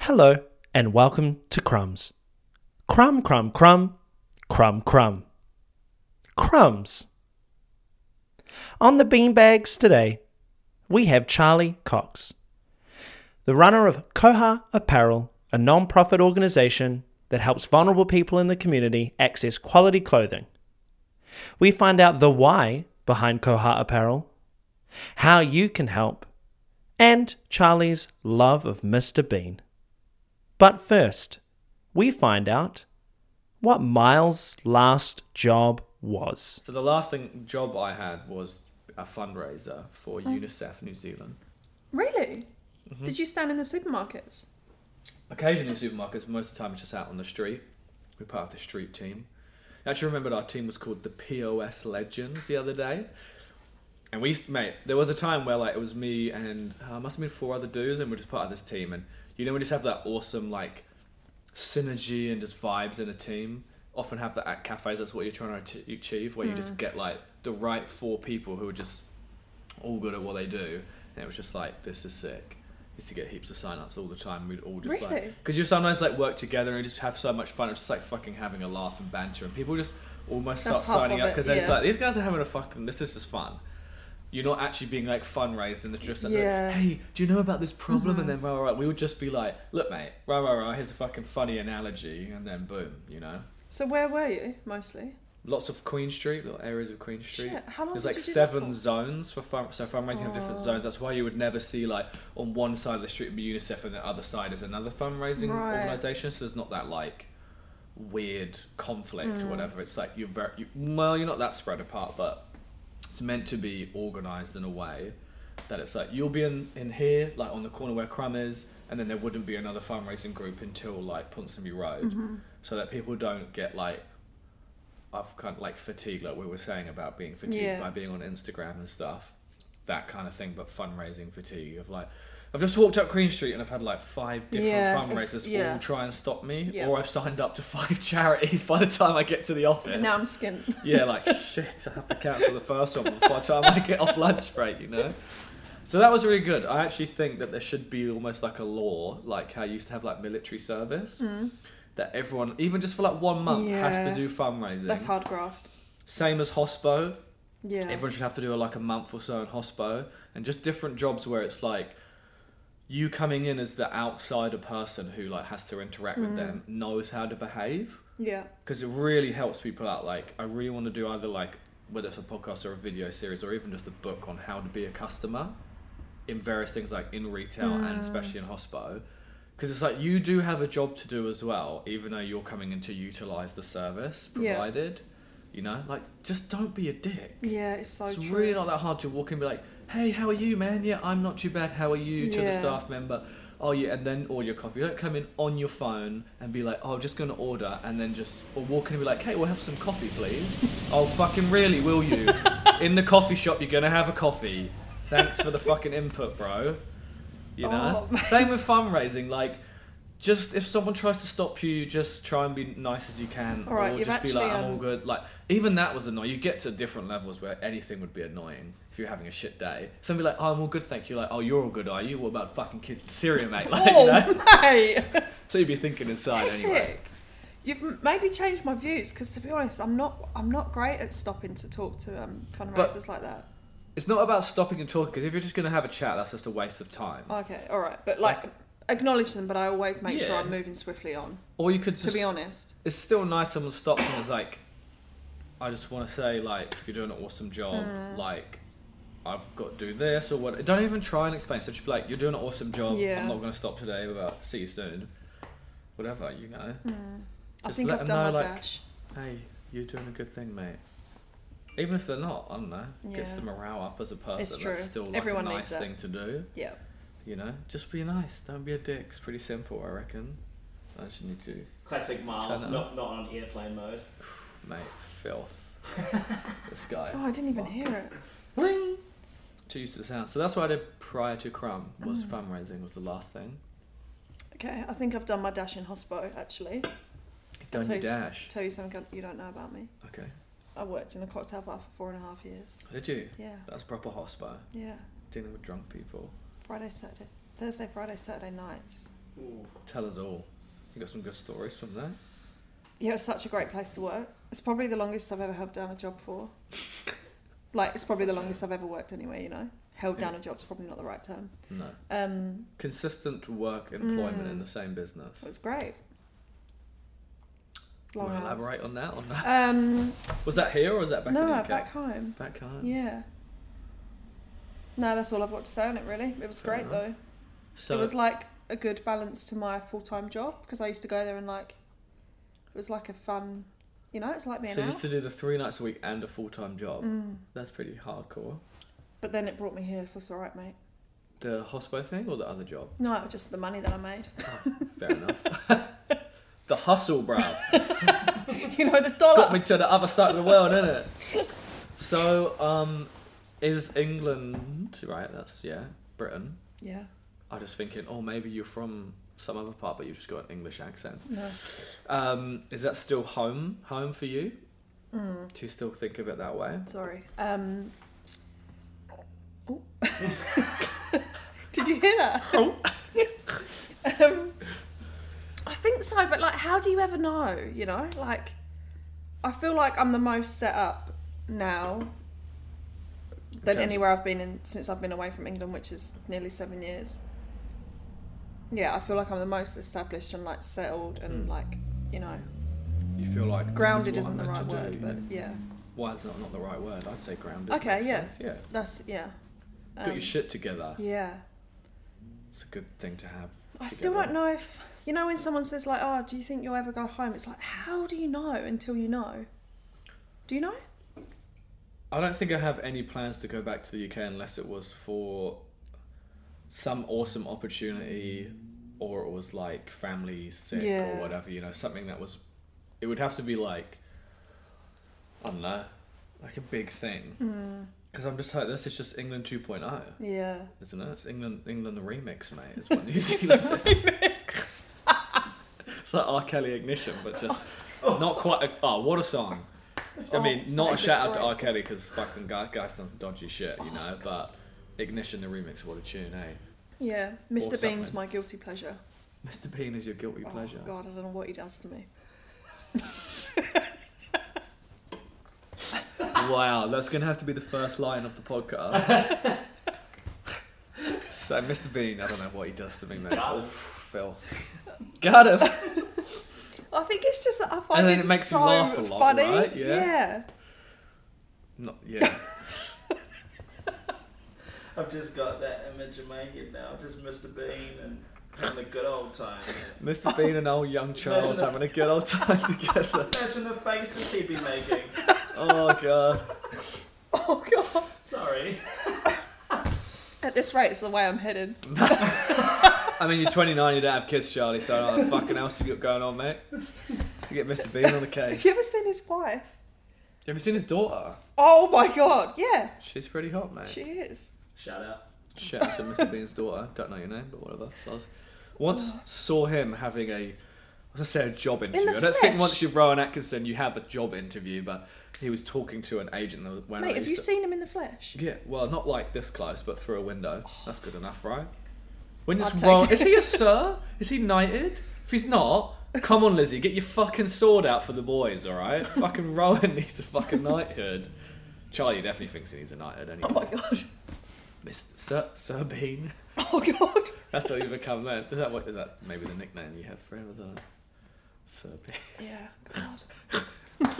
Hello, and welcome to Crumbs. Crumb, crumb, crumb, crumb, crumb. Crumbs. On the beanbags today, we have Charlie Cox, the runner of Koha Apparel, a non profit organization that helps vulnerable people in the community access quality clothing. We find out the why behind Koha Apparel, how you can help, and Charlie's love of Mr. Bean. But first, we find out what Miles' last job was. So the last thing job I had was a fundraiser for UNICEF New Zealand. Really? Mm-hmm. Did you stand in the supermarkets? Occasionally in supermarkets, most of the time it's just out on the street. We're part of the street team. I actually remembered our team was called the POS Legends the other day. And we used to, mate, there was a time where like it was me and uh, must have been four other dudes and we're just part of this team and you know we just have that awesome like synergy and just vibes in a team. Often have that at cafes, that's what you're trying to ach- achieve, where you just Mm. get like the right four people who are just all good at what they do. And it was just like, this is sick. Used to get heaps of sign-ups all the time. We'd all just Really? like, because you sometimes like work together and you just have so much fun. It's just like fucking having a laugh and banter, and people just almost That's start half signing of up it, because they're just yeah. like, these guys are having a fucking. This is just fun. You're not actually being like fundraised in the just like, Yeah. Mm-hmm. hey, do you know about this problem? And then rah rah rah. We would just be like, look, mate, rah rah rah. Here's a fucking funny analogy, and then boom, you know. So where were you mostly? Lots of Queen Street, little areas of Queen Street. Shit, how long There's did like you do that seven for? Oh. zones for fun. So fundraising have different zones. That's why you would never see like on one side of the street be UNICEF and the other side is another fundraising Right. organisation. So there's not that like weird conflict Mm. or whatever. It's like you're very you, well, you're not that spread apart, but it's meant to be organised in a way that it's like you'll be in, in here, like on the corner where Crumb is, and then there wouldn't be another fundraising group until like Ponsonby Road, Mm-hmm. so that people don't get like I've kind of like fatigue, like we were saying about being fatigued Yeah. by being on Instagram and stuff, that kind of thing, but fundraising fatigue of like. I've just walked up Queen Street and I've had like five different Yeah, it's- fundraisers yeah. all try and stop me, Yeah. or I've signed up to five charities by the time I get to the office. Now I'm skint. Yeah, like shit, I have to cancel the first one before the time I get off lunch break, you know? So that was really good. I actually think that there should be almost like a law, like how you used to have like military service, that everyone, even just for like one month, has Hmm. Yeah. to do fundraising. That's hard graft. Same as hospo, Yeah. everyone should have to do like a month or so in hospo and just different jobs where it's like you coming in as the outsider person who like has to interact Hmm. with them knows how to behave yeah. because it really helps people out. Like, I really want to do either like whether it's a podcast or a video series or even just a book on how to be a customer in various things like in retail and especially in hospo. Because it's like you do have a job to do as well, even though you're coming in to utilize the service Yeah. provided. You know, like just don't be a dick. Yeah, it's so it's true. really not that hard to walk in and be like, "Hey, how are you, man? Yeah, I'm not too bad. How are you?" To the Yeah. staff member. Oh yeah, and then order your coffee. You don't come in on your phone and be like, "Oh, I'm just gonna order," and then just or walk in and be like, "Hey, we'll have some coffee, please." oh, fucking really? Will you? in the coffee shop, you're gonna have a coffee. Thanks for the fucking input, bro. You know. Oh. Same with fundraising. Like, just if someone tries to stop you, just try and be nice as you can, All right, or you've just be like, actually, "I'm all um, good." Like, even that was annoying. You get to different levels where anything would be annoying if you're having a shit day. Somebody like, "Oh, I'm all good, thank you." Like, "Oh, you're all good, are you?" What about fucking kids in Syria, mate? Like, you know? oh, mate! So you'd be thinking inside anyway. Tick. You've m- maybe changed my views because, to be honest, I'm not I'm not great at stopping to talk to um, fundraisers like that. It's not about stopping and talking because if you're just gonna have a chat, that's just a waste of time. Okay, all right, but like acknowledge them, but I always make sure Yeah. I'm moving swiftly on. Or you could just To be honest, it's still nice someone stops and is like, I just want to say, like, you're doing an awesome job. Hmm. Like, I've got to do this or what. Don't even try and explain. So just be like, you're doing an awesome job. Yeah. I'm not going to stop today, but see you soon. Whatever, you know. I Just think let I've them done know, my like- dash. Hey, you're doing a good thing, mate. Even if they're not, I don't know. Gets Yeah. the morale up as a person. true. That's still like Everyone a nice needs that. thing to do. Yeah, You know, just be nice. Don't be a dick. It's pretty simple, I reckon. I just need to, Classic Turn Miles, it not, not on airplane mode. mate. Filth. this guy. Oh, I didn't even hear it. Bling. Too used to the sound. So that's what I did prior to Crumb was Mm. fundraising was the last thing. Okay, I think I've done my dash in hospo actually. Don't tell you you- dash. Tell you something you don't know about me. Okay. I worked in a cocktail bar for four and a half years. Did you? Yeah, That's proper hospo. yeah. Dealing with drunk people. Friday, Saturday, Thursday, Friday, Saturday nights. Ooh. Tell us all. You got some good stories from there. Yeah, it's such a great place to work. It's probably the longest I've ever held down a job for. Like, it's probably the longest I've ever worked anywhere, you know? Held down a job's probably not the right term. No. Um, Consistent work employment in the same business. Mm. it was great. Can Long we hours. elaborate on that? On that? Um, Was that here or was that back in no, the UK? back home. Back home. Yeah. No, that's all I've got to say on it, really. It was Fair great, enough. though. So it was like a good balance to my full time job because I used to go there and like it was like a fun, you know, it's like being So you out. used to do the three nights a week and a full time job. Mm. That's pretty hardcore. But then it brought me here, so it's all right, mate. The hospital thing or the other job? No, just the money that I made. Fair enough. the hustle, bruv. you know, the Got me dollar. to the other side of the world, innit? So, um, is England right? That's yeah, Britain. Yeah, I was just thinking, oh, maybe you're from some other part, but you've just got an English accent. no. Um, is that still home, home for you? Do you still think of it that way? Sorry. Um. oh. Did you hear that? Oh. um, I think so, but like, how do you ever know? You know, like, I feel like I'm the most set up now than Okay. anywhere I've been in since I've been away from England, which is nearly seven years. Yeah, I feel like I'm the most established and like settled and like you know You feel like this Hmm. is grounded what isn't I'm the right meant to word, do, but yeah. yeah, Why is that not the right word? I'd say grounded. Okay, makes yeah. sense, Yeah. that's yeah. Got Um, your shit together. Yeah. It's a good thing to have. I still together. don't know if you know when someone says like, "Oh, do you think you'll ever go home?" It's like, how do you know until you know? Do you know? I don't think I have any plans to go back to the UK unless it was for some awesome opportunity or it was like family sick Yeah. or whatever, you know, something that was it would have to be like I don't know, like a big thing. Cuz I'm just like this is just England oh. 2.0, Yeah. isn't it? It's England England the remix, mate. It's what New Zealand It's like R. Kelly Ignition, but just not quite. A, oh, what a song! I mean, not a thank you shout out to for R. us. Kelly because fucking guy, guy's some dodgy shit, you know. but Ignition, the remix, what a tune, eh? Yeah. Mr. something. Bean's my guilty pleasure. Mr. Bean is your guilty pleasure. Oh God, I don't know what he does to me. Wow, that's gonna have to be the first line of the podcast. so, Mr. Bean, I don't know what he does to me, man. Got Oh, him. filth. Got him. I think it's just that I find then him it makes you so laugh a lot, funny. right? Yeah. Yeah. Not yeah. I've just got that image in my head now, just Mr. Bean and having a good old time. Mr. Bean and old young Charles Imagine having a good old time together. Imagine the faces he'd be making. Oh god. Oh God. Sorry. At this rate, it's the way I'm headed. Mm. I mean, you're 29, you don't have kids, Charlie, so I don't know what fucking else you got going on, mate. To get Mr. Bean on the Have case. you ever seen his wife? You ever seen his daughter? Oh my God. Yeah. She's pretty hot, mate. She is. Shout out. Shout out to Mr. Bean's daughter. Don't know your name, but whatever. Buzz. Once saw him having a, I was gonna say a job interview. the I don't think flesh. once you're Rowan Atkinson, you have a job interview, but he was talking to an agent that was- when I Mate, have used you to- seen him in the flesh? Yeah, well, not like this close, but through a window. That's good enough, right? When Oh. I'll it's take wrong, it. is he a sir? Is he knighted? If he's not, come on, Lizzie, get your fucking sword out for the boys, all right? fucking Rowan needs a fucking knighthood. Charlie definitely thinks he needs a knighthood anyway. Oh my God. Mr. Sir, sir Bean. Oh God. That's what you become then. Is that what? Is that maybe the nickname you have for him? Is that Sir Bean? Yeah. God.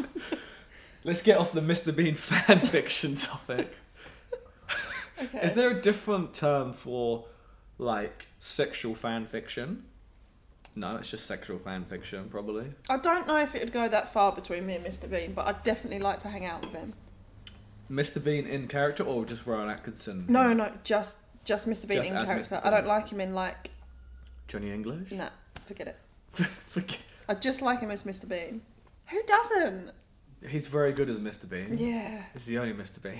Let's get off the Mr. Bean fan fiction topic. Okay. Is there a different term for like sexual fan fiction? No, it's just sexual fan fiction, probably. I don't know if it would go that far between me and Mr. Bean, but I'd definitely like to hang out with him. Mr. Bean in character or just Rowan Atkinson? No, no, just just Mr. Bean Just in as character. Mr. I don't Bean. like him in like Johnny English? nah, forget it. Forget- I just like him as Mr. Bean. Who doesn't? He's very good as Mr. Bean. Yeah. He's the only Mr. Bean.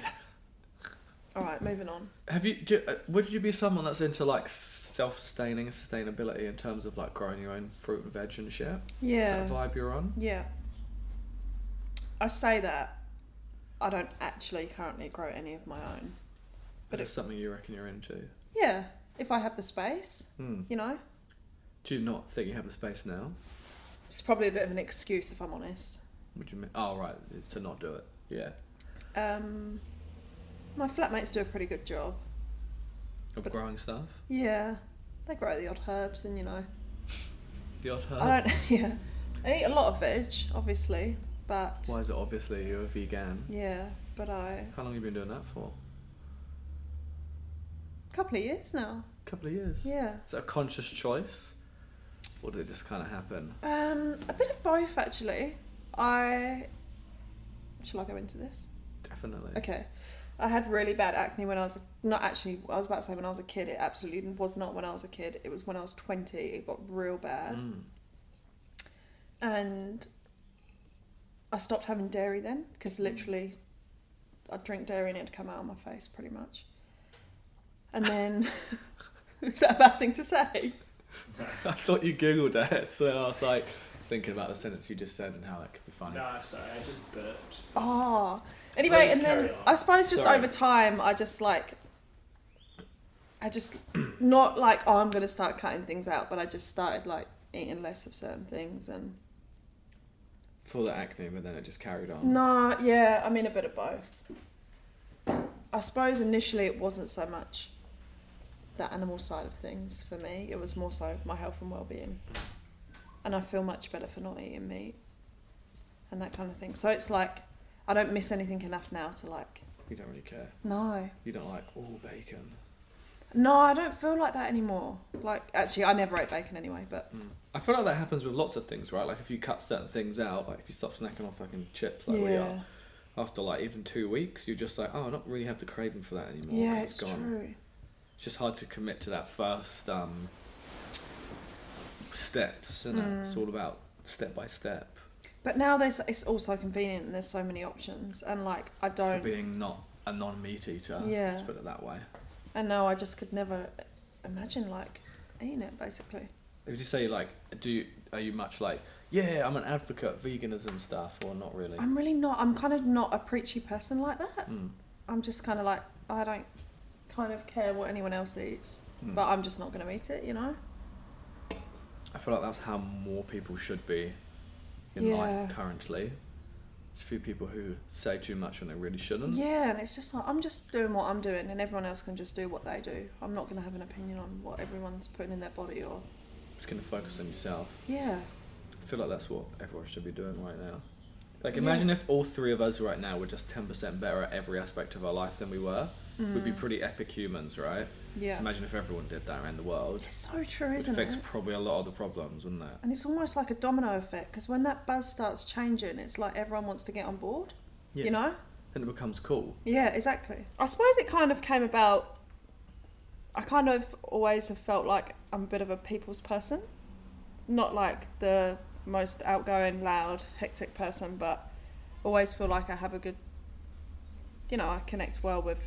All right, moving on. Have you? Do, uh, would you be someone that's into like self-sustaining and sustainability in terms of like growing your own fruit and veg and shit? Is that a Yeah. vibe you're on? Yeah. I say that. I don't actually currently grow any of my own. But But it's something you reckon you're into. Yeah. If I had the space, Hmm. you know. Do you not think you have the space now? It's probably a bit of an excuse, if I'm honest. Would you? mean? Oh right, it's to not do it. Yeah, Um, my flatmates do a pretty good job. of But- growing stuff. Yeah, they grow the odd herbs, and you know, The odd herb. I don't. Yeah, I eat a lot of veg, obviously, but Why is it obviously you're a vegan? yeah, but I How long have you been doing that for? a couple of years now. A couple of years. Yeah. Is that a conscious choice, or did it just kind of happen? Um, a bit of both actually. I shall I go into this? Definitely. Okay. I had really bad acne when I was not actually. I was about to say when I was a kid. It absolutely was not when I was a kid. It was when I was twenty. It got real bad, Mm. and I stopped having dairy then Mm-hmm. because literally, I'd drink dairy and it'd come out on my face pretty much. And then, is that a bad thing to say? I thought you googled it, so I was like thinking about the sentence you just said and how that could be funny. Nah, sorry, I just burped. Ah. Anyway, Please and then carry on. I suppose just Sorry. over time, I just like, I just not like oh I'm gonna start cutting things out, but I just started like eating less of certain things and For the acne, but then it just carried on. no, yeah, I mean a bit of both. I suppose initially it wasn't so much the animal side of things for me; it was more so my health and well-being, and I feel much better for not eating meat and that kind of thing. So it's like I don't miss anything enough now to like You don't really care. no. You don't like all bacon. No, I don't feel like that anymore. Like, actually, I never ate bacon anyway, but I feel like that happens with lots of things, right? Like if you cut certain things out, like if you stop snacking on fucking chips, like we are, after like even two weeks, you're just like, oh, I don't really have the craving for that anymore. yeah, 'cause it's true. It's just hard to commit to that first um, steps, and it's Hmm. all about step by step But now there's it's also convenient and there's so many options, and like I for don't, being not a non-meat eater. Yeah. let's put it that way. and now I just could never imagine like eating it basically. Would you say like, do you, are you much like, yeah, I'm an advocate of veganism stuff, or not really? I'm really not. I'm kind of not a preachy person like that. Mm. I'm just kind of like I don't kind of care what anyone else eats, Hmm. but I'm just not going to eat it, you know. I feel like that's how more people should be in life Yeah. currently. There's a few people who say too much when they really shouldn't. Yeah, and it's just like I'm just doing what I'm doing, and everyone else can just do what they do. I'm not going to have an opinion on what everyone's putting in their body or Just gonna focus on yourself. yeah, I feel like that's what everyone should be doing right now. Like Yeah. imagine if all three of us right now were just ten percent better at every aspect of our life than we were. We'd be pretty epic humans, right? Mm. yeah. So imagine if everyone did that around the world. It's so true, It isn't fix it? probably a lot of the problems, wouldn't it? And it's almost like a domino effect because when that buzz starts changing, it's like everyone wants to get on board. Yeah. You know? Then it becomes cool. Yeah, exactly. I suppose it kind of came about. I kind of always have felt like I'm a bit of a people's person. Not like the most outgoing, loud, hectic person, but always feel like I have a good, you know, I connect well with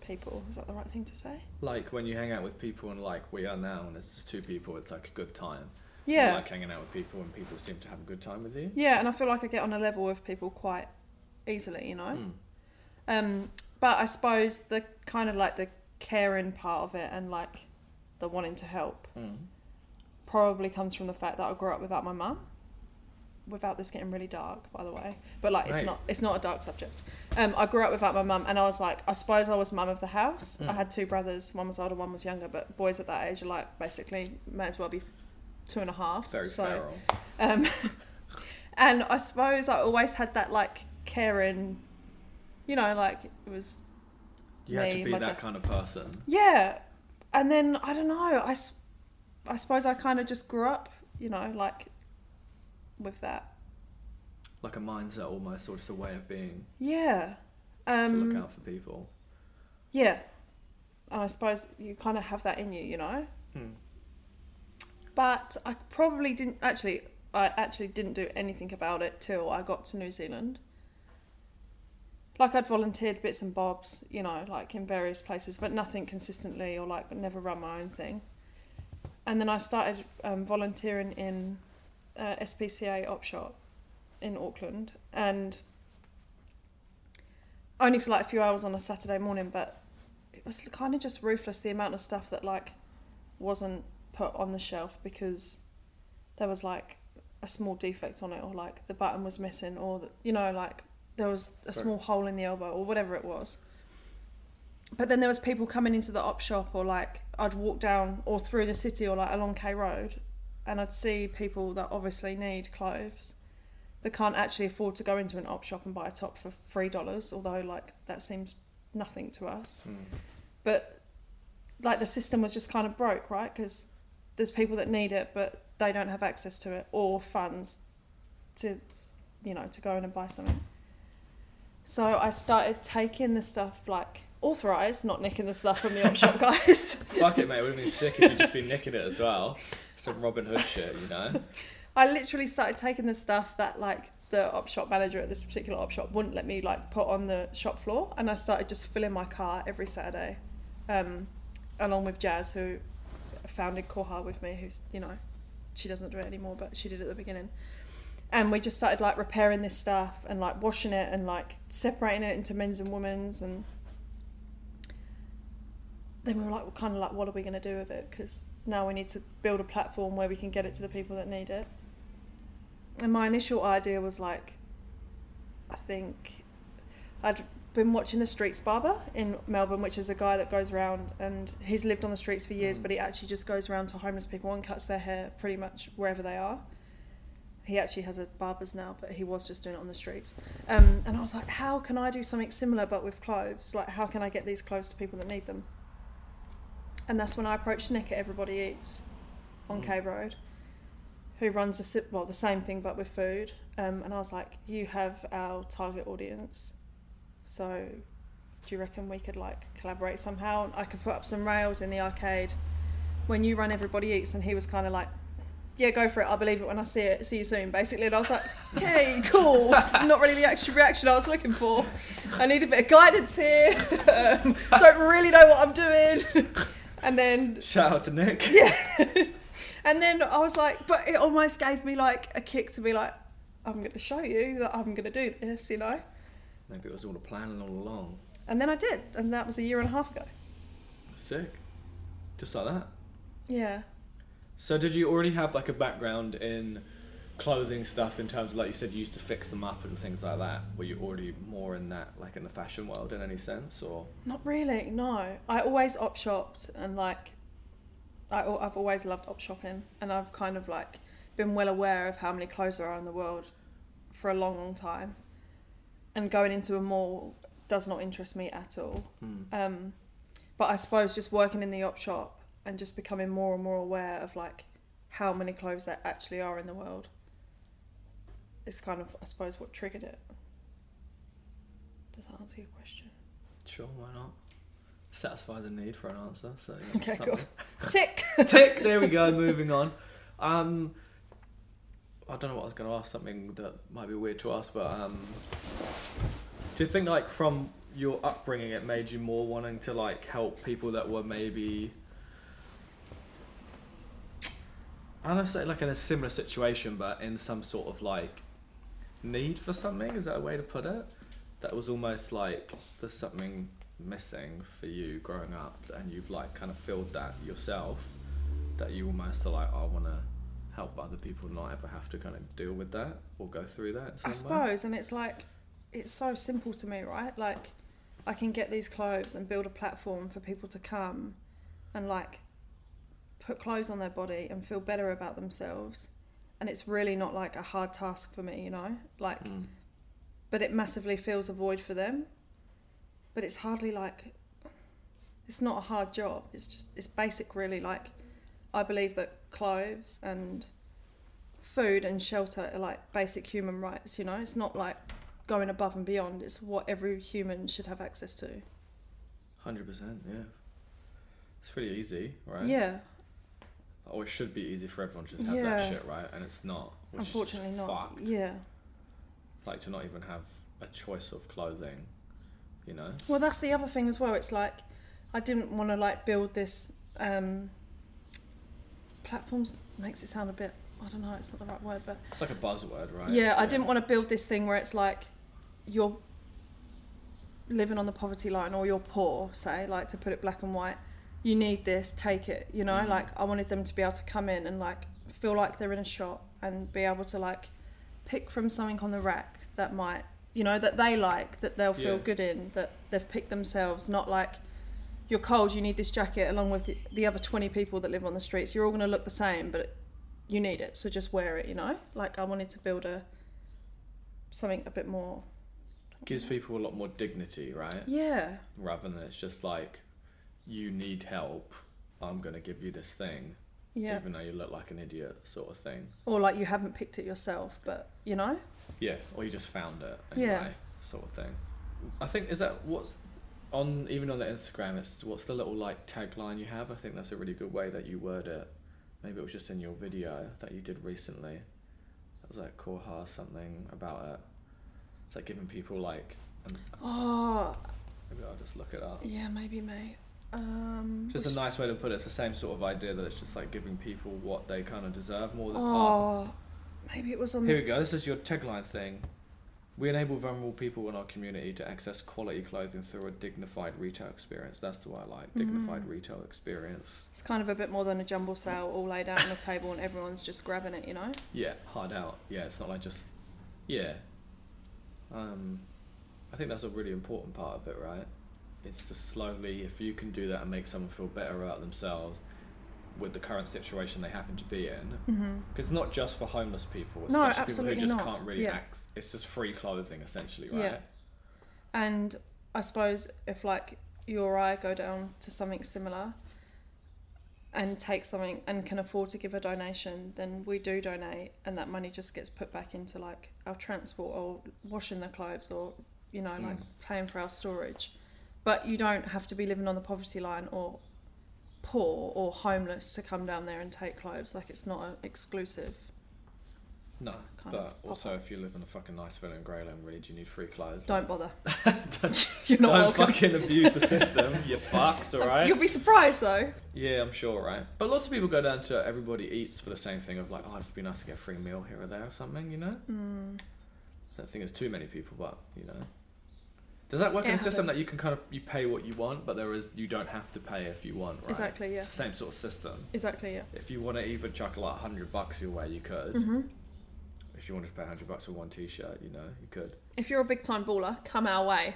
people. Is that the right thing to say? Like when you hang out with people and like we are now and it's just two people, it's like a good time. You Yeah. like hanging out with people and people seem to have a good time with you. Yeah, and I feel like I get on a level with people quite easily, you know? Mm. Um, but I suppose the kind of like the caring part of it and like the wanting to help Mm. probably comes from the fact that I grew up without my mum. Without this getting really dark, by the way, but like it's Right. not it's not a dark subject. Um, I grew up without my mum, and I was like, I suppose I was mum of the house. I Mm. had two brothers, one was older, one was younger. But boys at that age are like basically may as well be two and a half. Very so feral. um, and I suppose I always had that like caring, you know, like it was You have me, to be my that dad- kind of person. yeah, and then I don't know. I, s- I suppose I kind of just grew up, you know, like with that. Like a mindset almost, or just a way of being Yeah. to look Um, out for people. yeah. And I suppose you kind of have that in you, you know. Hmm. But I probably didn't actually. I actually didn't do anything about it till I got to New Zealand. Like I'd volunteered bits and bobs, you know, like in various places, but nothing consistently or like never run my own thing. And then I started um, volunteering in uh, SPCA op shop in Auckland, and only for like a few hours on a Saturday morning, but it was kind of just ruthless the amount of stuff that like wasn't put on the shelf because there was like a small defect on it, or like the button was missing, or the, you know, like there was a Right. small hole in the elbow, or whatever it was. But then there was people coming into the op shop, or like I'd walk down or through the city, or like along K Road, and I'd see people that obviously need clothes that can't actually afford to go into an op shop and buy a top for three dollars, although like that seems nothing to us. But like the system was just kind of broke, right? Because there's people that need it, but they don't have access to it or funds to, you know, to go in and buy something. So I started taking the stuff like authorized, not nicking the stuff from the op shop guys. Fuck it, mate. It would have been sick if you'd just been nicking it as well. Some Robin Hood shit, you know? I literally started taking the stuff that like the op shop manager at this particular op shop wouldn't let me like put on the shop floor, and I started just filling my car every Saturday, um, along with Jazz, who founded Koha with me, who's you know, she doesn't do it anymore, but she did at the beginning. And we just started like repairing this stuff and like washing it and like separating it into men's and women's and then we were like, well, kind of like, what are we going to do with it? Because now we need to build a platform where we can get it to the people that need it. And my initial idea was like, I think I'd been watching The Streets Barber in Melbourne, which is a guy that goes around and he's lived on the streets for years, but he actually just goes around to homeless people and cuts their hair pretty much wherever they are. He actually has a barber's now, but he was just doing it on the streets. Um, and I was like, how can I do something similar but with clothes? Like, how can I get these clothes to people that need them? and that's when I approached Nick at Everybody Eats on K Road, who runs a si- well the same thing but with food. Um, and I was like, "You have our target audience, so do you reckon we could like collaborate somehow? And I could put up some rails in the arcade when you run Everybody Eats." And he was kind of like. Yeah, go for it. I believe it when I see it. See you soon, basically. And I was like, okay, cool. It's not really the actual reaction I was looking for. I need a bit of guidance here. Um, don't really know what I'm doing. And then Shout out to Nick. and then I was like, but it almost gave me like a kick to be like, I'm gonna show you that I'm gonna do this, you know. Maybe it was all a plan all along. And then I did, and that was a year and a half ago. Sick. Just like that. Yeah. So did you already have like a background in clothing stuff in terms of like you said you used to fix them up and things like that? Were you already more in that like in the fashion world in any sense or Not really. No, I always op shopped, and like, I, al- I've always loved op shopping, and I've kind of like been well aware of how many clothes there are in the world for a long, long time. And going into a mall does not interest me at all. Um, but I suppose just working in the op shop and just becoming more and more aware of like how many clothes there actually are in the world is kind of, I suppose, what triggered it. Does that answer your question? sure why not? Satisfy the need for an answer. So yeah, Okay, something. cool. Tick. Tick. There we go. Moving on. Um, I don't know what I was going to ask. Something that might be weird to ask, but um, do you think like from your upbringing, it made you more wanting to like help people that were maybe I don't know, say like in a similar situation, but in some sort of like need for something. Is that a way to put it? That was almost like there's something missing for you growing up, and you've like kind of filled that yourself. That you almost are like, "Oh, I want to help other people not ever have to kind of deal with that or go through that. in I some way. suppose, and it's like, it's so simple to me, right? Like, I can get these clothes and build a platform for people to come and like put clothes on their body and feel better about themselves. And it's really not like a hard task for me, you know? Like, Mm. but it massively fills a void for them. But it's hardly like, it's not a hard job. It's just, it's basic, really. Like, I believe that clothes and food and shelter are like basic human rights, you know? It's not like going above and beyond, it's what every human should have access to. Hundred percent, yeah. It's pretty easy, right? Yeah, Or it should be easy for everyone to just have Yeah. that shit, right? And it's not. Which unfortunately is just not. fucked. Yeah. Like to not even have a choice of clothing, you know. Well, that's the other thing as well. It's like I didn't want to like build this um platforms makes it sound a bit I don't know, it's not the right word, but It's like a buzzword, right? Yeah, I didn't want to build this thing where it's like you're living on the poverty line or you're poor, say, like to put it black and white, you need this, take it. You know, like I wanted them to be able to come in and like feel like they're in a shop and be able to like pick from something on the rack that might, you know, that they like, that they'll feel Yeah. good in, that they've picked themselves, not like you're cold, you need this jacket along with the, the other 20 people that live on the streets. You're all going to look the same, but you need it, so just wear it, you know? Like I wanted to build a something a bit more. Gives people a lot more dignity, right? Yeah. Rather than it's just like, you need help. I'm gonna give you this thing, Yeah. even though you look like an idiot, sort of thing. Or like you haven't picked it yourself, but you know? Yeah, or you just found it anyway, Yeah. sort of thing. I think is that what's on even on the Instagram. It's what's the little like tagline you have. I think that's a really good way that you word it. Maybe it was just in your video that you did recently. It was like Korha something about it. It's like giving people like. Um, Oh, maybe I'll just look it up. yeah, maybe, mate. Um, Just a nice way to put it. It's the same sort of idea that it's just like giving people what they kind of deserve more than. oh, maybe it was on Here the. we go. This is your tagline thing. We enable vulnerable people in our community to access quality clothing through a dignified retail experience. That's the one I like. Dignified Mm. retail experience. It's kind of a bit more than a jumble sale, all laid out on a table and everyone's just grabbing it, you know? Yeah, hard out. Yeah, it's not like just. Yeah. Um, I think that's a really important part of it, right? It's to slowly, if you can do that and make someone feel better about themselves with the current situation they happen to be in, Mm-hmm. Because it's not just for homeless people. It's No, such absolutely people who not. just can't really Yeah. act. It's just free clothing, essentially, right? Yeah. And I suppose if like you or I go down to something similar and take something and can afford to give a donation, then we do donate and that money just gets put back into like our transport or washing the clothes or, you know, like Mm. paying for our storage. But you don't have to be living on the poverty line or poor or homeless to come down there and take clothes. Like it's not an exclusive. No, Kind of but pop also if you live in a fucking nice villa in Greyland, really, do you need free clothes? Don't bother. don't, You're not don't welcome. fucking abuse the system, you fucks, alright? You'll be surprised though. Yeah, I'm sure, right? But lots of people go down to Everybody Eats for the same thing of like, oh, it'd be nice to get a free meal here or there or something, you know? Mm. I don't think there's too many people, but, you know. Does that work It in a system that happens. you can kind of, you pay what you want, but there is, you don't have to pay if you want, right? Exactly, yeah. It's the same sort of system. Exactly, yeah. If you want to even chuck like 100 bucks your way, you could. hmm If you wanted to pay 100 bucks for one t-shirt, you know, you could. If you're a big time baller, come our way.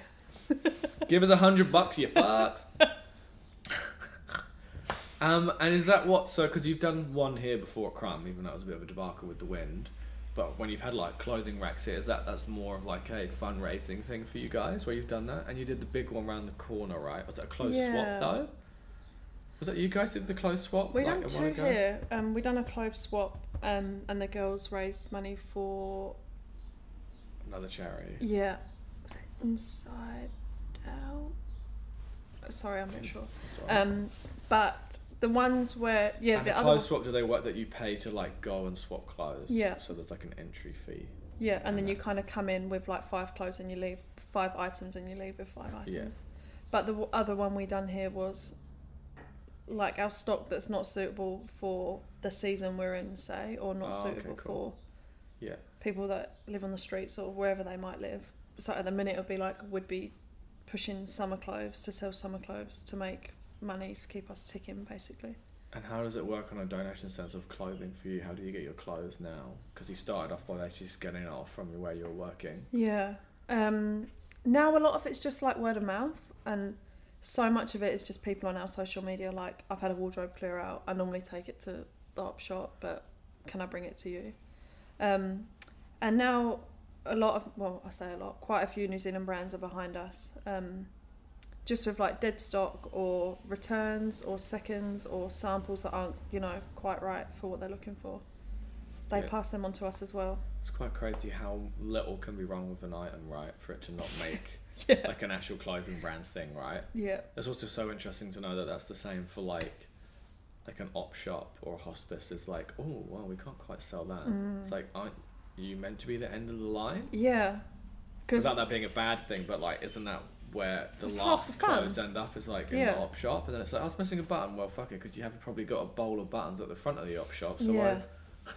Give us a hundred bucks, you fucks. um, and is that what? So, because you've done one here before at Crumb, even though it was a bit of a debacle with the wind. But when you've had like clothing racks here, is that that's more of like a fundraising thing for you guys where you've done that? And you did the big one round the corner, right? Was that a clothes Yeah. swap though? Was that you guys did the clothes swap? We like, done a two while ago? here. Um, we done a clothes swap, um, and the girls raised money for Another charity. yeah, was it Inside Out? Oh, Sorry, I'm not sure. That's all right. Um, but the ones where yeah, and the the other clothes one- swap, do they work that you pay to like go and swap clothes? Yeah. So there's like an entry fee. yeah, and then you kind of come in with like five clothes and you leave five items and you leave with five items. But the w- other one we done here was like our stock that's not suitable for the season we're in, say, or not Oh, okay, suitable cool. for. Yeah. people that live on the streets or wherever they might live. So at the minute, it would be like would be pushing summer clothes to sell summer clothes to make money to keep us ticking, basically. And how does it work on a donation sense of clothing for you? How do you get your clothes now? Because you started off by actually just getting it off from where you were working. Yeah. Um, now a lot of it's just like word of mouth, and so much of it is just people on our social media. Like I've had a wardrobe clear out. I normally take it to the op shop, but can I bring it to you? Um, and now a lot of well, I say a lot. Quite a few New Zealand brands are behind us. Um, just with like dead stock or returns or seconds or samples that aren't you know quite right for what they're looking for. They Yeah. pass them on to us as well. It's quite crazy how little can be wrong with an item, right? For it to not make Yeah. like an actual clothing brand's thing, right? Yeah. It's also so interesting to know that that's the same for like like an op shop or a hospice. Is like, oh well, we can't quite sell that. Mm. It's like, aren't you meant to be the end of the line? Yeah. Because Without that being a bad thing, but like, isn't that where the It's half last the fun. clothes end up? Is like in Yeah. the op shop, and then it's like, I was missing a button. Well, fuck it, because you haven't probably got a bowl of buttons at the front of the op shop. So Yeah. why?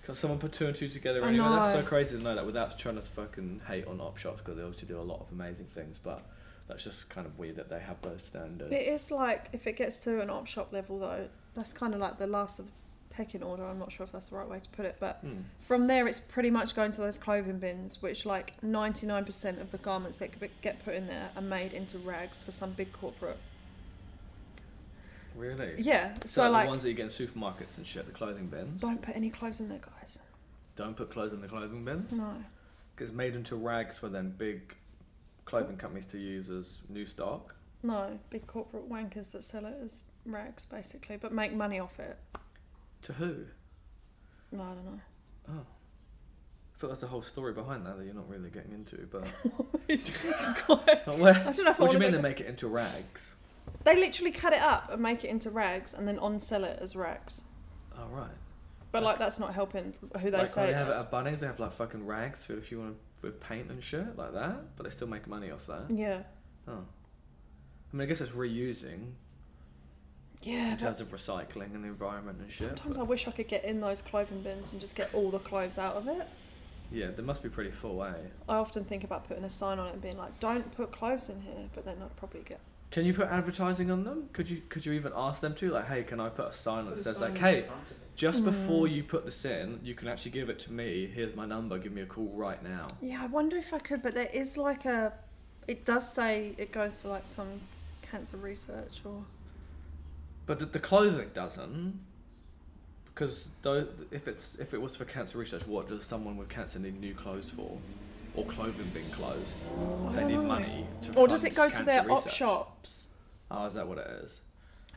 Because someone put two and two together I anyway. That's know. so crazy to know that without trying to fucking hate on op shops because they obviously do a lot of amazing things, but That's just kind of weird that they have those standards. It is like if it gets to an op shop level though, that's kind of like the last of pecking order. I'm not sure if that's the right way to put it, but Hmm. from there it's pretty much going to those clothing bins, which like 99% of the garments that could be- get put in there are made into rags for some big corporate. Really? Yeah, so, So, like, the ones that you get in supermarkets and shit, the clothing bins. don't put any clothes in there, guys. Don't put clothes in the clothing bins. No, Gets made into rags for then big clothing companies to use as new stock. no, big corporate wankers that sell it as rags basically, but make money off it. To who? No, I don't know. Oh. I thought that's the whole story behind that that you're not really getting into, but. it's, it's quite. But where- I don't know if I what do want you to. mean go they make it into rags? They literally cut it up and make it into rags and then on sell it as rags. Oh, right. But like that's not helping who they like, say they it's have it helping. at Bunnings, they have like fucking rags for if you want to, with paint and shit like that, but they still make money off that. Yeah. Oh. I mean, I guess it's reusing Yeah. in But terms of recycling and the environment and shit. sometimes I but- wish I could get in those clothing bins and just get all the clothes out of it. Yeah, they must be pretty full, eh? I often think about putting a sign on it and being like, "Don't put clothes in here," but then I'd probably get. Can you put advertising on them? Could you could you even ask them to like, hey, can I put a sign that Put a says sign like, in hey, front of it. just Mm. before you put this in, you can actually give it to me. Here's my number. Give me a call right now. Yeah, I wonder if I could, but there is like a. It does say it goes to like some cancer research or. But the, the clothing doesn't, because though if it's if it was for cancer research, what does someone with cancer need new clothes for, or clothing being clothes? I They don't need know. money. To Or does fund it go to cancer their op research. shops Oh, is that what it is?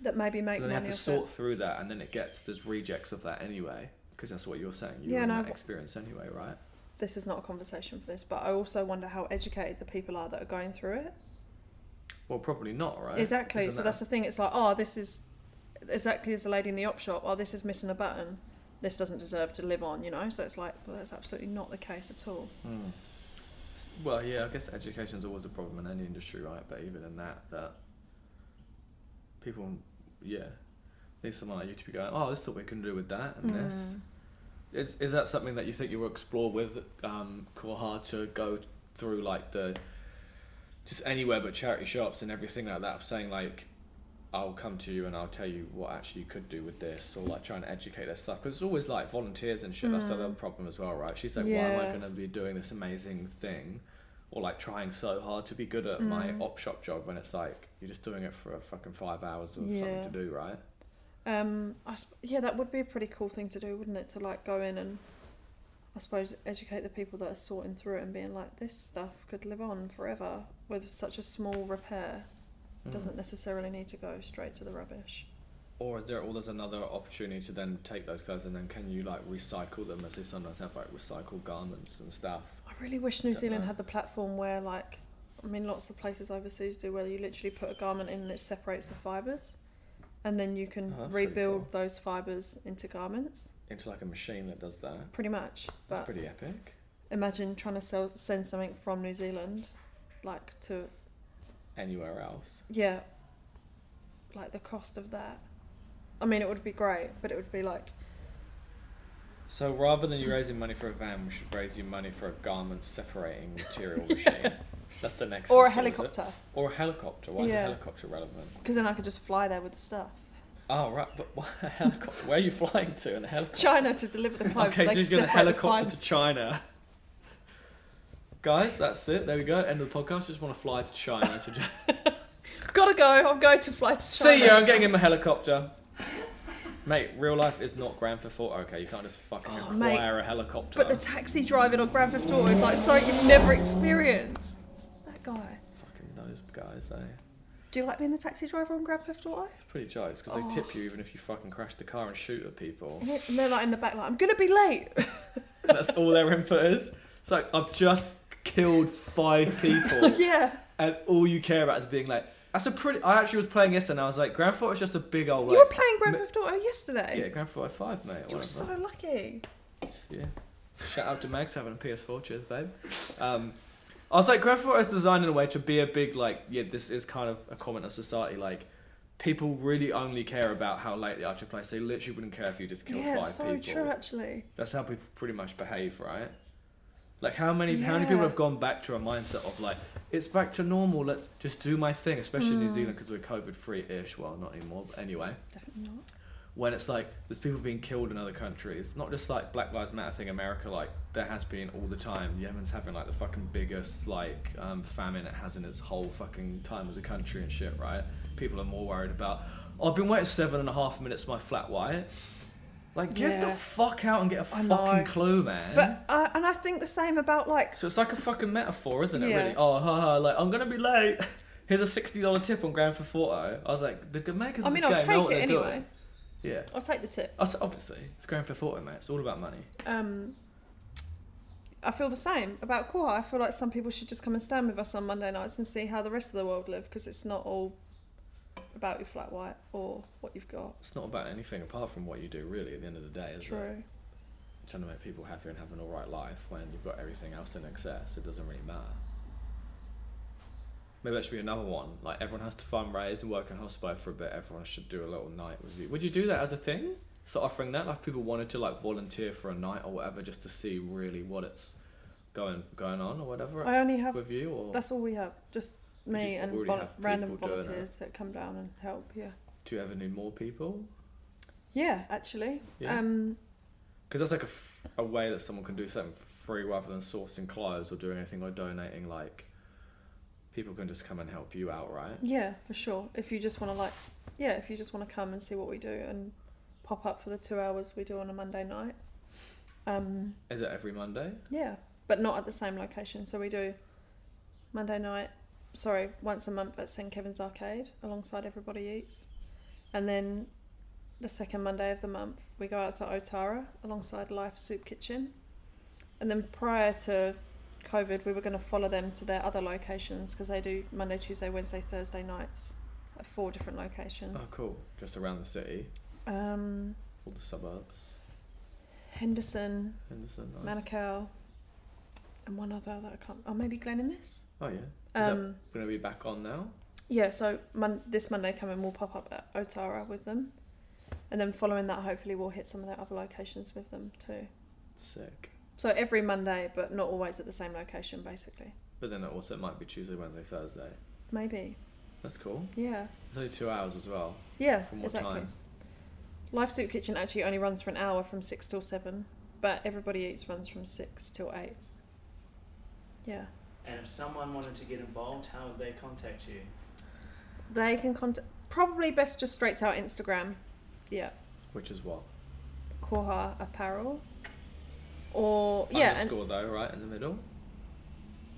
that maybe make then they money have off to it? sort through that, and then it gets there's rejects of that anyway, because that's what you're saying. You're Yeah, in no, that but- experience anyway, right? this is not a conversation for this, but I also wonder how educated the people are that are going through it. Well, probably not, right? Exactly. Isn't so that- that's the thing. It's like, oh, this is exactly as the lady in the op shop. Oh, this is missing a button. This doesn't deserve to live on, you know. So it's like, well, that's absolutely not the case at all. Hmm. Well, yeah, I guess education's always a problem in any industry, right? But even in that, that people, yeah, need someone like you to be going, oh, this is what we can do with that and Mm. this. Is, is that something that you think you will explore with um, Core to go through like the just anywhere but charity shops and everything like that of saying like I'll come to you and I'll tell you what actually you could do with this or like trying to educate their stuff because it's always like volunteers and shit that's the other problem as well right she's like why am I Mm. Yeah. going to be doing this amazing thing or like trying so hard to be good at my Mm. op shop job when it's like you're just doing it for a fucking five hours of Yeah. something to do right Um, I sp- yeah, that would be a pretty cool thing to do, wouldn't it? To like go in and, I suppose, educate the people that are sorting through it and being like, this stuff could live on forever with such a small repair. Mm. Doesn't necessarily need to go straight to the rubbish. Or is there or there's another opportunity to then take those clothes and then can you like recycle them as they sometimes have like recycled garments and stuff? I really wish New Don't Zealand know. had the platform where, like, I mean, lots of places overseas do where you literally put a garment in and it separates the fibres, and then you can Oh, that's pretty rebuild those fibres into garments, Into like a machine that does that. pretty much. That's But pretty epic. imagine trying to sell, send something from New Zealand, like to Anywhere else. yeah, like the cost of that. I mean, it would be great, but it would be like So rather than you raising money for a van, we should raise you money for a garment separating material machine. That's the next or a hustle, is it? helicopter, Or a helicopter. Why is a Yeah. helicopter relevant? because then I could just fly there with the stuff. Oh right, but why a helicopter? Where are you flying to in a helicopter? China to deliver the clothes. Okay, so they she's can going to separate the helicopter to fibres. China. Guys, that's it. There we go. End of the podcast. Just want to fly to China. To Gotta go. I'm going to fly to China. See you. I'm getting in my helicopter. Mate, real life is not grand for thought. Okay, you can't just fucking Oh, acquire mate. a helicopter. But the taxi driving on Grand Theft Auto is like something you've never experienced. That guy. fucking those guys, eh? Do you like being the taxi driver on Grand Theft Auto? It's pretty jokes because Oh. they tip you even if you fucking crash the car and shoot at people. And they're like in the back, like I'm gonna be late. That's all their input is. It's like I've just killed five people. yeah. and all you care about is being like, that's a pretty. I actually was playing yesterday, and I was like, Grand Theft is just a big old. you were like, playing Grand mi- Theft Auto yesterday. Yeah, Grand Theft Auto Five, mate. or You're whatever. so lucky. Yeah. Shout out to Max having a PS4. Cheers, babe. Um, I was like, Grand Theft Auto is designed in a way to be a big like, yeah, this is kind of a comment of society. Like, people really only care about how late they are to play. So they literally wouldn't care if you just killed yeah, five it's so people. true actually. That's how people pretty much behave, right? Like how many how many people Yeah. have gone back to a mindset of like it's back to normal. Let's just do my thing, especially in New Mm. Zealand because we're COVID free ish. Well, not anymore, but anyway. Definitely not. When it's like there's people being killed in other countries, not just like Black Lives Matter thing. America like there has been all the time. Yemen's having like the fucking biggest like um, famine it has in its whole fucking time as a country and shit. Right? People are more worried about. "Oh, I've been waiting seven and a half minutes for my flat white. Like get the Yeah. fuck out and get a fucking I know. clue, man. But uh, and I think the same about like So it's like a fucking metaphor, isn't it? Yeah. Really? Oh, haha, like I'm gonna be late. Here's a sixty dollar tip on Grand Theft Auto. I was like, the good makers. I of mean, this I'll game know take what it they're doing. anyway. Yeah, I'll take the tip. Obs- obviously it's Grand Theft Auto, mate. It's all about money. Um, I feel the same about Koha. I feel like some people should just come and stand with us on Monday nights and see how the rest of the world live because it's not all about your flat white or what you've got. It's not about anything apart from what you do, really. At the end of the day, is it? True. Trying to make people happy and have an alright life when you've got everything else in excess. It doesn't really matter. Maybe that should be another one. Like everyone has to fundraise and work in hospital for a bit. Everyone should do a little night with you. Would you do that as a thing? So offering that, like if people wanted to like volunteer for a night or whatever, just to see really what it's going going on or whatever I only have. with you or That's all we have. Just You me just and already vol- have people random doing it. volunteers that come down and help. Yeah. do you ever need more people? Yeah, actually. Yeah. Um, Because that's like a, f- a way that someone can do something free rather than sourcing clothes or doing anything or donating. Like people can just come and help you out, right? yeah, for sure. If you just want to like, yeah, if you just want to come and see what we do and pop up for the two hours we do on a Monday night. Um, Is it every Monday? Yeah, but not at the same location. So we do Monday night, sorry, once a month at St Kevin's Arcade alongside Everybody Eats. And then the second Monday of the month, we go out to Otara alongside Life Soup Kitchen. And then prior to COVID, we were going to follow them to their other locations because they do Monday, Tuesday, Wednesday, Thursday nights at four different Oh, locations. cool. Just around the city, Um, all the suburbs, Henderson, Henderson. Nice. Manukau, and one other that I can't. Oh, maybe Glen Innes. oh yeah. Is that- Um, We're gonna be back on now. Yeah, so mon- this Monday coming, we'll pop up at Otara with them. And then following that, hopefully, we'll hit some of their other locations with them too. Sick. So every Monday, but not always at the same location, basically. But then it also might be Tuesday, Wednesday, Thursday. Maybe. That's cool. Yeah. It's only two hours as well. Yeah, From what exactly. time? Life Soup Kitchen actually only runs for an hour from 6 till 7, but Everybody Eats runs from 6 till 8. Yeah. And if someone wanted to get involved, how would they contact you? They can contact. Probably best just straight to our Instagram. Yeah. Which is what? Koha Apparel. Or. Yeah. and- Underscore though, right in the middle.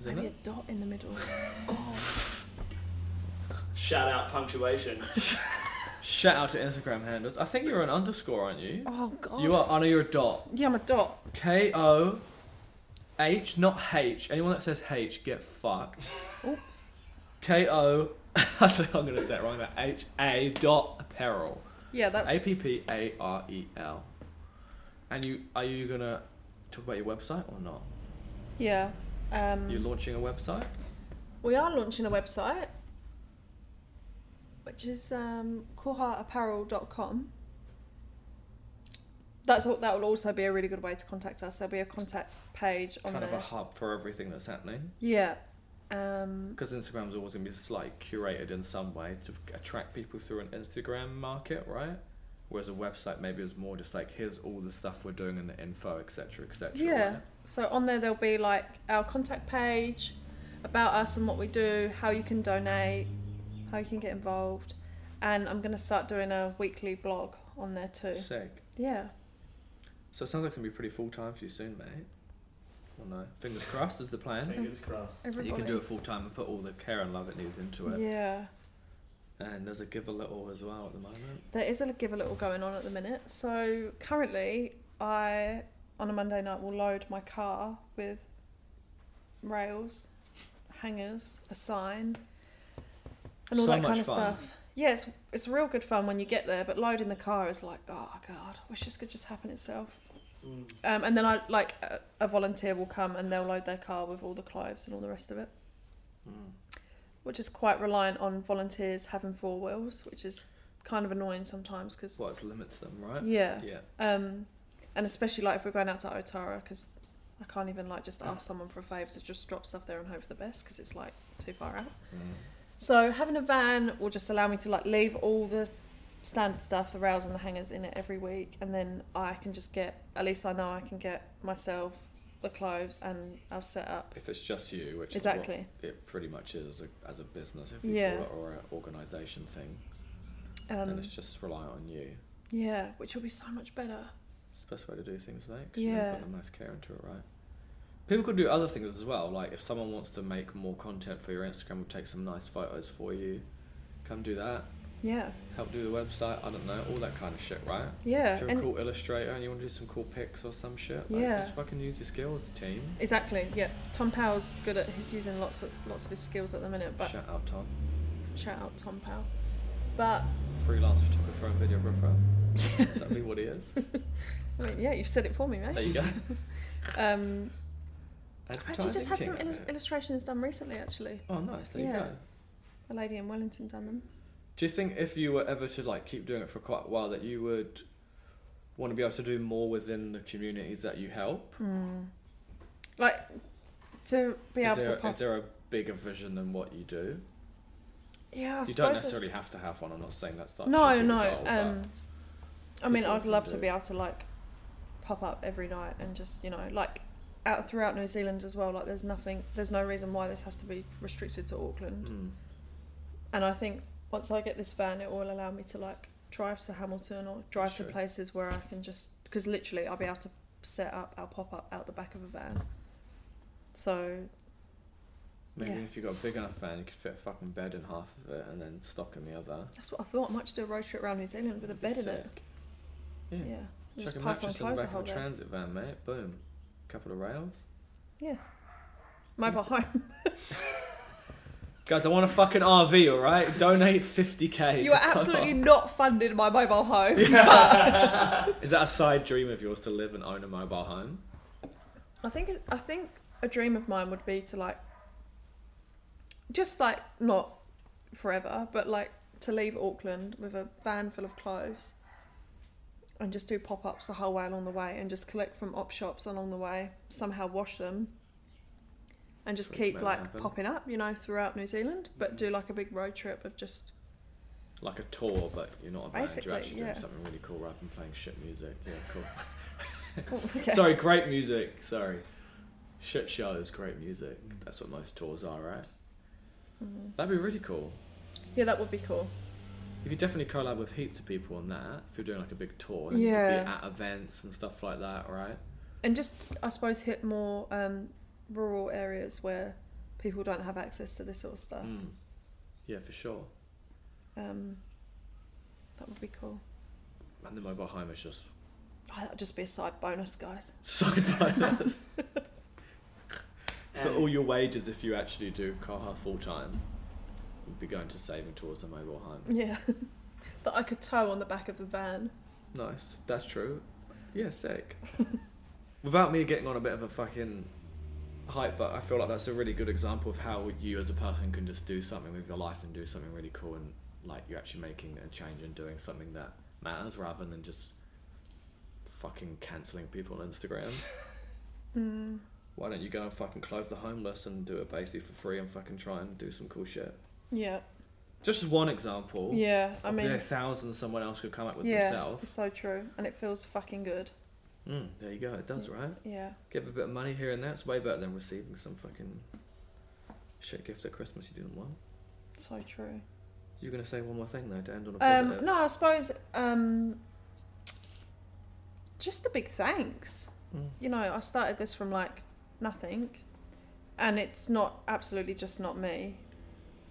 Isn't Maybe it? a dot in the middle. God. Shout out punctuation. Shout out to Instagram handles. I think you're an underscore, aren't you? Oh god. You are. I know you're a dot. Yeah, I'm a dot. K O H, not H. Anyone that says H, get fucked. Oh. K O. I think I'm gonna say it wrong. That H A dot apparel. Yeah, that's A P P A R E L. And you are you gonna talk about your website or not? yeah. You're Um, launching a website. we are launching a website, which is um, kohaapparel.com. That's all, that will also be a really good way to contact us. There'll be a contact page on Kind of a there. hub for everything that's happening. Yeah. Um, Because Instagram's always gonna be slightly curated in some way to attract people through an Instagram market, right? Whereas a website maybe is more just like here's all the stuff we're doing and the info, etc., etc. Yeah. So on there, there'll be like our contact page, about us and what we do, how you can donate, how you can get involved, and I'm gonna start doing a weekly blog on there too. Sick. Yeah. So it sounds like it's gonna be pretty full time for you soon, mate. Well, no, fingers crossed is the plan. Fingers crossed. Everybody. You can do it full time and put all the care and love it needs into it. Yeah. And there's a give a little as well at the moment. There is a give a little going on at the minute. So currently, I on a Monday night will load my car with rails, hangers, a sign, and So all that much kind of fun. stuff. Yeah, it's, it's real good fun when you get there, but loading the car is like, oh god, I wish this could just happen itself. Mm. Um, and then I like a, a volunteer will come and they'll load their car with all the clothes and all the rest of it, Mm. which is quite reliant on volunteers having four wheels, which is kind of annoying sometimes because Well, it limits them, right? yeah, Yeah. Um, and especially like if we're going out to Otara, because I can't even like just ask someone for a favour to just drop stuff there and hope for the best because it's like too far out. Mm. So having a van will just allow me to like leave all the standard stuff, the rails and the hangers in it every week, and then I can just get at least I know I can get myself the clothes and I'll set up If it's just you, which is exactly. what it pretty much is as a, as a business, if you Yeah. call it, or an organisation thing, then Um, it's just reliant on you. yeah, which will be so much better. It's the best way to do things, mate. 'cause you really Yeah. put the most care into it, right? People could do other things as well. Like if someone wants to make more content for your Instagram, we'll take some nice photos for you. Come do that. Yeah, Help do the website. I don't know, all that kind of shit, right? yeah, If you're a and cool illustrator and you want to do some cool pics or some shit, like, Yeah. just fucking use your skills, team. exactly. Yeah, Tom Powell's good at he's using lots of lots of his skills at the minute, but Shout out Tom, shout out Tom Powell. But freelance photographer and videographer. Is that be what he is? I mean, yeah, you've said it for me, There mate. you go. Um, I actually just Advertising had some king. illus- illustrations done recently. Actually, Oh, nice. There you Yeah. go. a lady in Wellington done them. Do you think if you were ever to like keep doing it for quite a while that you would want to be able to do more within the communities that you help? Like to be is, able there, to is pop. there a bigger vision than what you do? Yeah, I you don't suppose. it- necessarily have to have one. I'm not saying that's that. no, should be the no. goal, but um, I mean, people I'd often love to do. be able to like pop up every night and just you know like out throughout New Zealand as well. Like, there's nothing, there's no reason why this has to be restricted to Auckland. mm, And I think once I get this van, it will allow me to like drive to Hamilton or drive Sure. to places where I can just because literally I'll be able to set up our pop up out the back of a van. So maybe yeah. if you got a big enough van, you could fit a fucking bed in half of it and then stock in the other. that's what I thought. I might just do a road trip around New Zealand with a That'd be bed in it. sick. Yeah, Yeah. And Chuck just a pass on mattress in the clothes the back whole of a day. transit van, mate. Boom. Couple of rails. Mobile home. Guys, I want a fucking RV, alright? Donate 50k. You to are Pop absolutely Up. not funding my mobile home. Is that a side dream of yours to live and own a mobile home? I think I think a dream of mine would be to like just like not forever, but like to leave Auckland with a van full of clothes and just do pop ups the whole way along the way and just collect from op shops along the way, somehow wash them and just Make keep that like happen. popping up, you know, throughout New Zealand, but do like a big road trip of just Like a tour, but you're not a band. Basically, You're actually yeah. doing something really cool rather than playing shit music. Yeah, cool. oh, okay. Sorry, great music. Sorry. Shit shows, great music. That's what most tours are, right? Mm-hmm. That'd be really cool. Yeah, that would be cool. You could definitely collab with heaps of people on that if you're doing like a big tour. And You could be Yeah. at events and stuff like that, right? and just I suppose hit more um, rural areas where people don't have access to this sort of stuff. Mm. Yeah, for sure. Um, that would be cool. And the mobile home is just Oh, that would just be a side bonus, guys. side bonus. so all your wages, if you actually do Kaha full time, would be going to saving towards a mobile home. Yeah, that I could tow on the back of the van. Nice, that's true. Yeah, sick. Without me getting on a bit of a fucking hype, but I feel like that's a really good example of how you as a person can just do something with your life and do something really cool and like you're actually making a change and doing something that matters rather than just fucking cancelling people on Instagram. Mm. why don't you go and fucking clothe the homeless and do it basically for free and fucking try and do some cool shit? Yeah, Just as one example. yeah. I of mean, the thousands someone else could come up with yeah, themselves. it's so true, and it feels fucking good. Mm, there you go. It does, right? Yeah, Give a bit of money here and there. It's way better than receiving some fucking shit gift at Christmas you didn't want. so true. You're gonna say one more thing though to end on a positive. Um, no, I suppose um, just a big thanks. Mm. you know, I started this from like nothing, and it's not absolutely just not me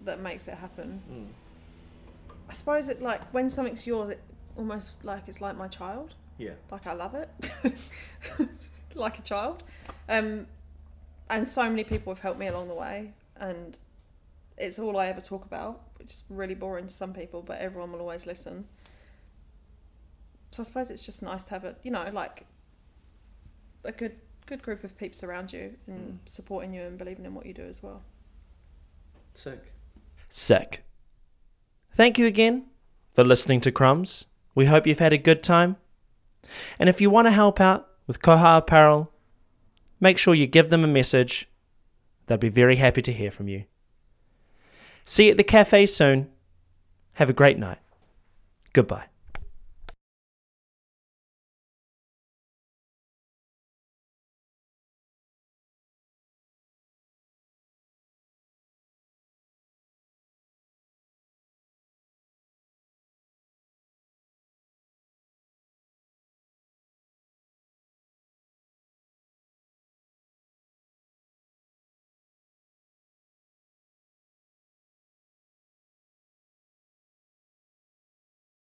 that makes it happen. Mm. I suppose it like when something's yours, it almost like it's like my child. Yeah. Like I love it, like a child. Um, and so many people have helped me along the way, and it's all I ever talk about, which is really boring to some people, but everyone will always listen. So I suppose it's just nice to have a you know like a good good group of peeps around you and Mm. supporting you and believing in what you do as well. Sick. Sec. Thank you again for listening to Crumbs. We hope you've had a good time. And if you want to help out with Koha Apparel, make sure you give them a message. They'll be very happy to hear from you. See you at the cafe soon. Have a great night. Goodbye.